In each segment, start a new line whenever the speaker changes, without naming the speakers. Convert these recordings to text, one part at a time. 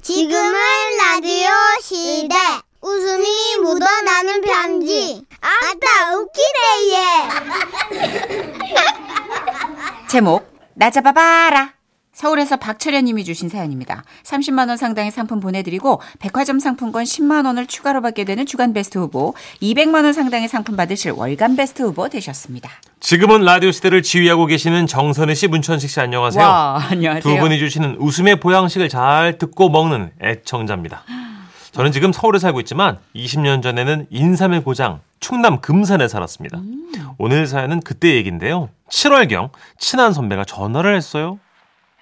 지금은 라디오 시대. 웃음이 묻어나는 편지. 아따, 웃기네, 얘.
제목 나 잡아봐라. 서울에서 박철현님이 주신 사연입니다. 30만 원 상당의 상품 보내드리고 백화점 상품권 10만 원을 추가로 받게 되는 주간 베스트 후보, 200만 원 상당의 상품 받으실 월간 베스트 후보 되셨습니다.
지금은 라디오 시대를 지휘하고 계시는 정선혜 씨, 문천식 씨 안녕하세요.
와 안녕하세요.
두 분이 주시는 웃음의 보양식을 잘 듣고 먹는 애청자입니다. 저는 지금 서울에 살고 있지만 20년 전에는 인삼의 고장 충남 금산에 살았습니다.
음.
오늘 사연은 그때 얘기인데요. 7월경 친한 선배가 전화를 했어요.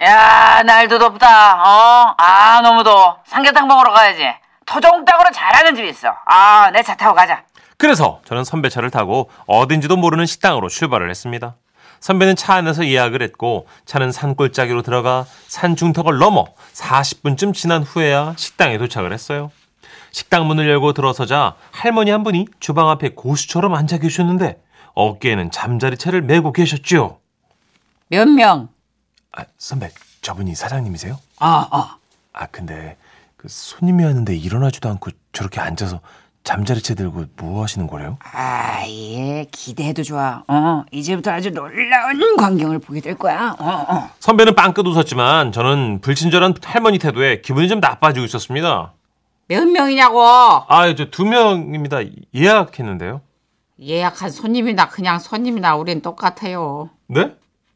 야, 날도 덥다. 어? 아, 너무 더워. 삼계탕 먹으러 가야지. 토종닭으로 잘하는 집이 있어. 아, 내 차 타고 가자.
그래서 저는 선배 차를 타고 어딘지도 모르는 식당으로 출발을 했습니다. 선배는 차 안에서 예약을 했고 차는 산골짜기로 들어가 산 중턱을 넘어 40분쯤 지난 후에야 식당에 도착을 했어요. 식당 문을 열고 들어서자 할머니 한 분이 주방 앞에 고수처럼 앉아 계셨는데 어깨에는 잠자리 채를 메고 계셨죠.
몇 명?
아, 선배, 저분이 사장님이세요?
아 아.
아, 근데 그 손님이 왔는데 일어나지도 않고 저렇게 앉아서 잠자리 채 들고 뭐 하시는 거래요?
아, 예, 기대해도 좋아. 어, 이제부터 아주 놀라운 광경을 보게 될 거야. 어, 어.
선배는 빵긋 웃었지만 저는 불친절한 할머니 태도에 기분이 좀 나빠지고 있었습니다.
몇 명이냐고!
아, 저 두 명입니다. 예약했는데요.
예약한 손님이나 그냥 손님이나 우린 똑같아요.
네?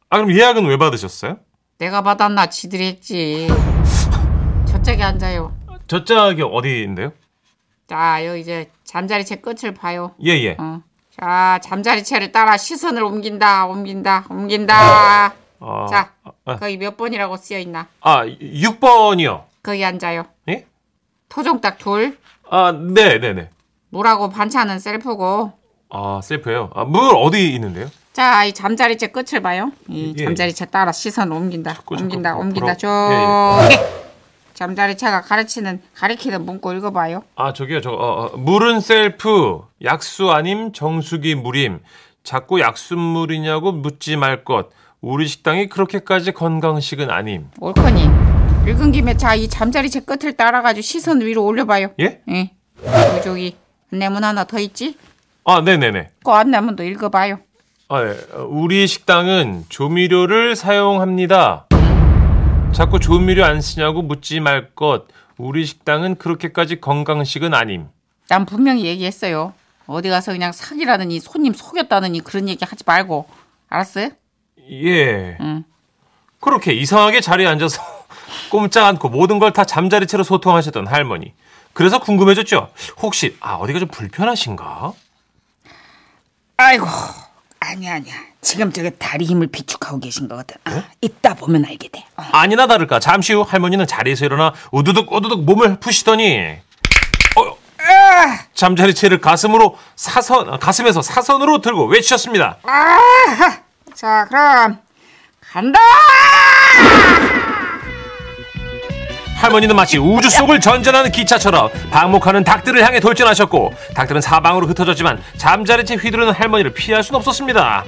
아, 그럼 예약은 왜 받으셨어요?
내가 받았나 지들이 했지. 저쪽에 앉아요.
저 짝이 어디인데요?
자, 요 이제 잠자리채 끝을 봐요.
예, 예.
어. 자, 잠자리채를 따라 시선을 옮긴다, 옮긴다, 옮긴다.
어,
자,
아,
거기 몇 번이라고 쓰여 있나?
아, 6번이요.
거기 앉아요.
예?
토종닭 둘.
아, 네, 네, 네.
물하고 반찬은 셀프고.
아, 셀프예요. 아, 물 어디 있는데요?
자, 이 잠자리채 끝을 봐요. 이
예.
잠자리채 따라 시선 옮긴다,
자꾸, 예, 자꾸
옮긴다,
보-
옮긴다.
보러-
저기 잠자리채가 가르치는 가리키는 문구 읽어봐요.
아, 저기요. 저 어, 어, 물은 셀프, 약수 아님 정수기 물임. 자꾸 약수물이냐고 묻지 말 것. 우리 식당이 그렇게까지 건강식은 아님.
옳거니. 읽은 김에 자, 이 잠자리채 끝을 따라가지고 시선 위로 올려봐요.
예?
예. 그리고 저기 안내문 하나 더 있지?
아, 네, 네, 네.
그 안내문도 읽어봐요.
아, 예. 어, 우리 식당은 조미료를 사용합니다. 자꾸 조미료 안 쓰냐고 묻지 말 것. 우리 식당은 그렇게까지 건강식은 아님.
난 분명히 얘기했어요. 어디 가서 그냥 사기라느니 손님 속였다느니 그런 얘기 하지 말고. 알았어요?
예.
음.
그렇게 이상하게 자리에 앉아서 꼼짝 않고 모든 걸 다 잠자리 채로 소통하셨던 할머니. 그래서 궁금해졌죠. 혹시 아 어디가 좀 불편하신가?
아이고. 아니야, 아니야. 지금 저게 다리 힘을 비축하고 계신 거거든. 아, 이따 보면 알게 돼. 어.
아니나 다를까 잠시 후 할머니는 자리에서 일어나 우두둑 우두둑 몸을 푸시더니 어, 잠자리 채를 가슴으로 사선 아, 가슴에서 사선으로 들고 외치셨습니다.
자, 그럼 간다!
할머니는 마치 우주 속을 전전하는 기차처럼 방목하는 닭들을 향해 돌진하셨고 닭들은 사방으로 흩어졌지만 잠자리 채 휘두르는 할머니를 피할 순 없었습니다.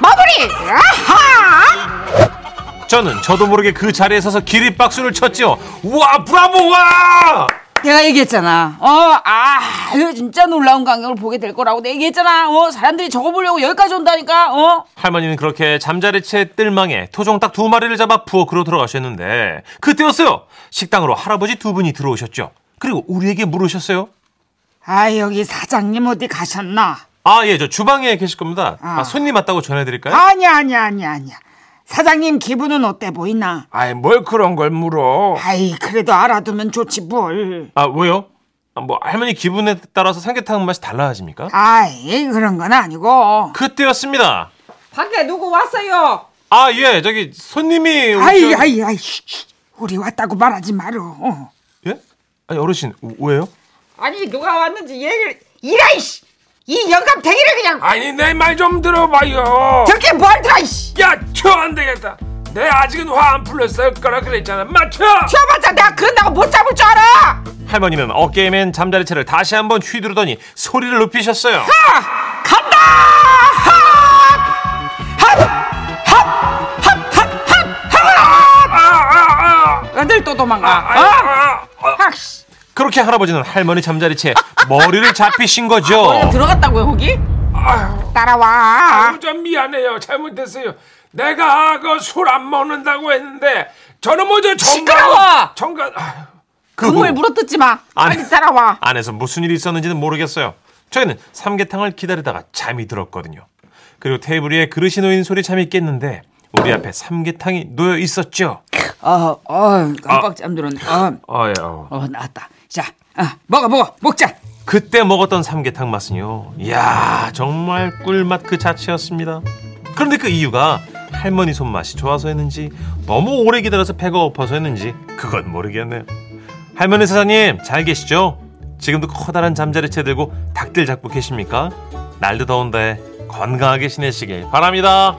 마무리! 아하!
저는 저도 모르게 그 자리에 서서 기립박수를 쳤지요. 와 브라보 와!
내가 얘기했잖아. 어, 아, 이거 진짜 놀라운 광경을 보게 될 거라고 내가 얘기했잖아. 어, 사람들이 저거 보려고 여기까지 온다니까. 어?
할머니는 그렇게 잠자리 채 뜰망에 토종닭 두 마리를 잡아 부엌으로 들어가셨는데 그때였어요. 식당으로 할아버지 두 분이 들어오셨죠. 그리고 우리에게 물으셨어요.
아, 여기 사장님 어디 가셨나?
아, 예, 저 주방에 계실 겁니다. 아, 손님 왔다고 전해드릴까요?
아니야, 아니야, 아니야, 아니야. 사장님 기분은 어때 보이나?
아이, 뭘 그런 걸 물어.
아이, 그래도 알아두면 좋지 뭘.
아, 왜요? 아, 뭐, 할머니 기분에 따라서 삼계탕 맛이 달라집니까?
아이, 그런 건 아니고.
그때였습니다.
밖에 누구 왔어요?
아, 예, 저기, 손님이.
아이,
오셔-
아이, 아이, 쉿, 쉿. 우리 왔다고 말하지 마라. 어.
예? 아니, 어르신, 오- 왜요?
아니 누가 왔는지 얘기를 이라 이씨 이 영감탱이를 그냥
아니 내 말 좀 들어봐요.
저렇게 뭘 들어 이씨
야, 쳐안 되겠다. 내 아직은 화 안 풀렸을 거라 그랬잖아. 맞춰.
쳐봤자 내가 그런다고 못 잡을 줄 알아
할머니는 어깨에 맨 잠자리채를 다시 한번 휘두르더니 소리를 높이셨어요.
간다
아, 아, 아,
확 씨.
그렇게 할아버지는 할머니 잠자리채 머리를 잡히신 거죠.
아, 머리가 들어갔다고요 거기?
따라와.
아유, 좀 미안해요. 잘못했어요. 내가 그 술 안 먹는다고 했는데 저는 먼저
시끄러워!
정관 정관 아유,
그
눈물
후
물어뜯지 마.
안-
빨리 따라와.
안에서 무슨 일이 있었는지는 모르겠어요. 저희는 삼계탕을 기다리다가 잠이 들었거든요. 그리고 테이블 위에 그릇이 놓인 소리 잠이 깼는데 우리 앞에 삼계탕이 놓여 있었죠.
어, 어, 깜빡 잠들었네. 어,
아예. 어.
어, 나왔다. 자, 아, 먹어, 먹어, 먹자.
그때 먹었던 삼계탕 맛은요. 이야 정말 꿀맛 그 자체였습니다. 그런데 그 이유가 할머니 손맛이 좋아서였는지 너무 오래 기다려서 배가 고파서였는지 그건 모르겠네요. 할머니 사장님 잘 계시죠? 지금도 커다란 잠자리채 들고 닭들 잡고 계십니까? 날도 더운데 건강하게 지내시길 바랍니다.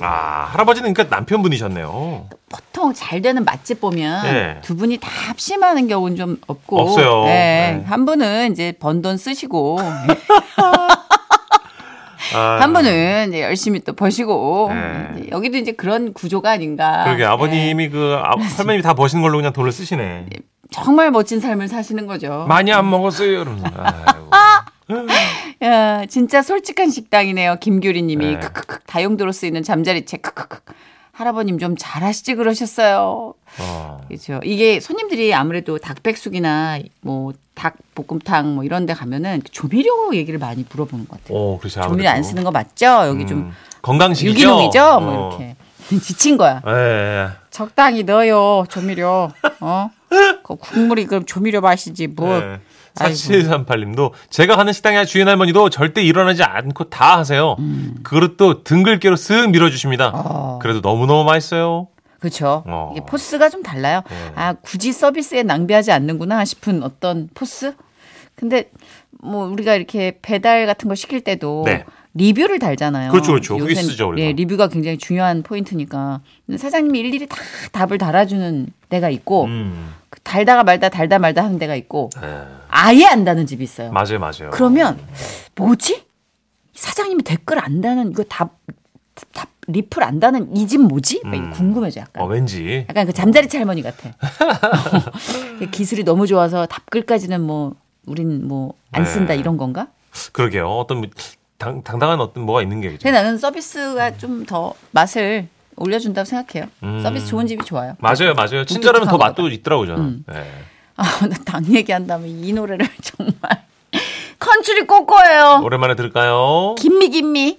아 할아버지는 그러니까 남편분이셨네요.
보통 잘 되는 맛집 보면
예.
두 분이 다 합심하는 경우는 좀 없고
없어요.
예,
네.
한 분은 이제 번 돈 쓰시고
아.
한 분은 이제 열심히 또 버시고
네.
이제 여기도 이제 그런 구조가 아닌가.
그러게
예.
아버님이 그 아, 할머님이 다 버시는 걸로 그냥 돈을 쓰시네.
정말 멋진 삶을 사시는 거죠.
많이 안 먹었어요, 여러분. 아이고.
야, 예, 진짜 솔직한 식당이네요. 김규리님이
네.
크크크 다용도로 쓰이는 잠자리채 크크크 할아버님 좀 잘하시지 그러셨어요.
어.
그렇죠. 이게 손님들이 아무래도 닭백숙이나 뭐 닭볶음탕 뭐 이런 데 가면은 조미료 얘기를 많이 물어보는 것 같아요.
오, 그렇죠.
조미료 안 쓰는 거 맞죠? 여기 좀
건강식이죠.
유기농이죠?
어.
뭐 이렇게. 지친 거야.
예, 예.
적당히 넣어요. 조미료. 어? 그 국물이 그럼 조미료 맛이지 뭐.
예. 4738님도 제가 가는 식당의 주인 할머니도 절대 일어나지 않고 다 하세요.
음.
그릇도 등글개로 쓱 밀어주십니다.
아.
그래도 너무너무 맛있어요.
그렇죠.
어. 네.
이게 포스가 좀 달라요. 아 굳이 서비스에 낭비하지 않는구나 싶은 어떤 포스. 근데 뭐 우리가 이렇게 배달 같은 거 시킬 때도
네.
리뷰를 달잖아요.
그렇죠, 그렇죠. 그게
요새는,
쓰죠, 우리가.
예, 리뷰가 굉장히 중요한 포인트니까 근데 사장님이 일일이 다 답을 달아주는 데가 있고
음.
그 달다가 말다 달다 말다 하는 데가 있고
예.
아예 안 다는 집이 있어요.
맞아요, 맞아요.
그러면 뭐지? 사장님이 댓글 안 다는 이거 답, 답 리플 안 다는 이 집 뭐지? 막
음.
궁금해져 약간.
어, 왠지.
약간 그 잠자리채 할머니 같아. 기술이 너무 좋아서 답글까지는 뭐 우린 뭐 안
네.
쓴다 이런 건가?
그러게요. 어떤 당, 당당한 어떤 뭐가 있는 게.
근데 나는 서비스가 좀 더 맛을 올려준다고 생각해요.
음.
서비스 좋은 집이 좋아요.
맞아요, 맞아요. 친절하면 더 맛도 있더라고요, 저는.
음.
예.
아, 나당 얘기한다면 이 노래를 정말 컨츄리 꼬꼬예요.
오랜만에 들을까요?
김미 김미.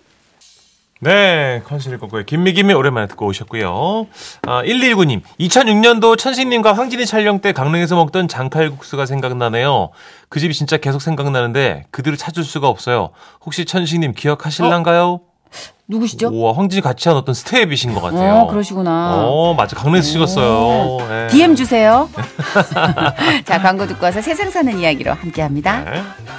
네, 컨실일 거고요. 김미김이 오랜만에 듣고 오셨고요. 아, 1219님, 2006년도 천식님과 황진이 촬영 때 강릉에서 먹던 장칼국수가 생각나네요. 그 집이 진짜 계속 생각나는데 그대로 찾을 수가 없어요. 혹시 천식님
어?
기억하실랑가요?
누구시죠?
우와, 황진이 같이 한 어떤 스텝이신 것 같아요.
어, 그러시구나. 네.
어, 맞아. 강릉에서 찍었어요. 예.
DM 주세요. 자, 광고 듣고 와서 세상 사는 이야기로 함께 합니다.
네.